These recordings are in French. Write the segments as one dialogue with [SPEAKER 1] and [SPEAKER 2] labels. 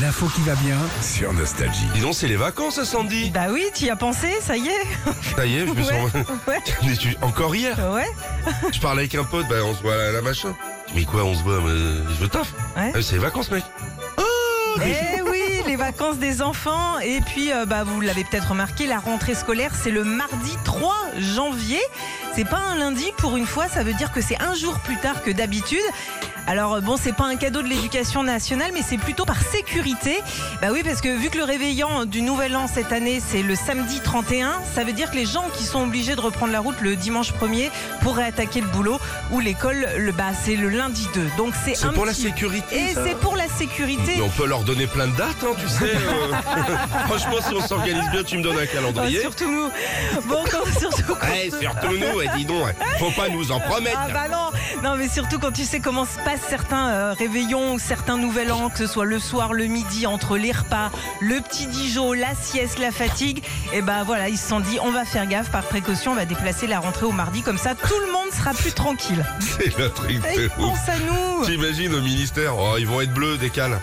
[SPEAKER 1] L'info qui va bien.
[SPEAKER 2] sur Nostalgie. Dis donc, c'est les vacances à Sandy.
[SPEAKER 3] Bah oui, tu y as pensé, ça y est.
[SPEAKER 2] Ça y est, je me suis
[SPEAKER 3] Ouais,
[SPEAKER 2] Mais tu- Encore hier,
[SPEAKER 3] ouais, ouais.
[SPEAKER 2] je parlais avec un pote, bah on se voit à la- la machin. Mais quoi, on se voit mais Je taffe.
[SPEAKER 3] Ouais.
[SPEAKER 2] Ah, c'est les vacances, mec.
[SPEAKER 3] Eh oui, les vacances des enfants. Et puis, euh, bah, vous l'avez peut-être remarqué, la rentrée scolaire, c'est le mardi 3 janvier. C'est pas un lundi pour une fois, ça veut dire que c'est un jour plus tard que d'habitude. Alors bon, c'est pas un cadeau de l'éducation nationale, mais c'est plutôt par sécurité. Bah oui, parce que vu que le réveillant du nouvel an cette année, c'est le samedi 31, ça veut dire que les gens qui sont obligés de reprendre la route le dimanche 1er pourraient attaquer le boulot ou l'école, le bah c'est le lundi 2. Donc c'est
[SPEAKER 2] C'est
[SPEAKER 3] un
[SPEAKER 2] pour la
[SPEAKER 3] petit-
[SPEAKER 2] sécurité.
[SPEAKER 3] Et
[SPEAKER 2] ça.
[SPEAKER 3] c'est pour la sécurité.
[SPEAKER 2] Mais on peut leur donner plein de dates, hein, tu sais. euh. Franchement, si on s'organise bien, tu me donnes un
[SPEAKER 3] Oh,
[SPEAKER 2] calendrier.
[SPEAKER 3] surtout nous. Bon, quand- surtout quand-
[SPEAKER 2] Ouais, surtout nous, ouais, dis donc, ouais. faut pas nous en promettre.
[SPEAKER 3] Ah bah non Non mais surtout quand tu sais comment se passent certains euh, réveillons ou certains nouvel an, que ce soit le soir, le midi, entre les repas, le petit Dijon, la sieste, la fatigue, et bah voilà, ils se sont dit on va faire gaffe par précaution, on va déplacer la rentrée au mardi, comme ça tout le monde sera plus tranquille.
[SPEAKER 2] C'est le truc
[SPEAKER 3] Et
[SPEAKER 2] de
[SPEAKER 3] ils
[SPEAKER 2] ouf.
[SPEAKER 3] pensent à nous
[SPEAKER 2] T'imagines au ministère, oh, ils vont être bleus, décale.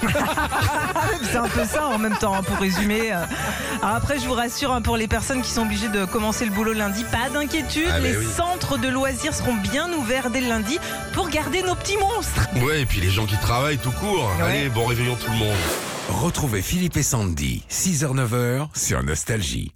[SPEAKER 3] C'est un peu ça en même temps, hein, pour résumer. euh. Alors après, je vous rassure, hein, pour les personnes qui sont obligées de commencer le boulot lundi, pas d'inquiétude.
[SPEAKER 2] Ah, mais
[SPEAKER 3] les
[SPEAKER 2] oui.
[SPEAKER 3] centres de loisirs seront bien ouverts dès le lundi pour garder nos petits monstres.
[SPEAKER 2] Ouais, et puis les gens qui travaillent tout court.
[SPEAKER 3] Ouais.
[SPEAKER 2] Allez, bon réveillon tout le monde.
[SPEAKER 1] Retrouvez Philippe et Sandy, 6h-9h sur Nostalgie.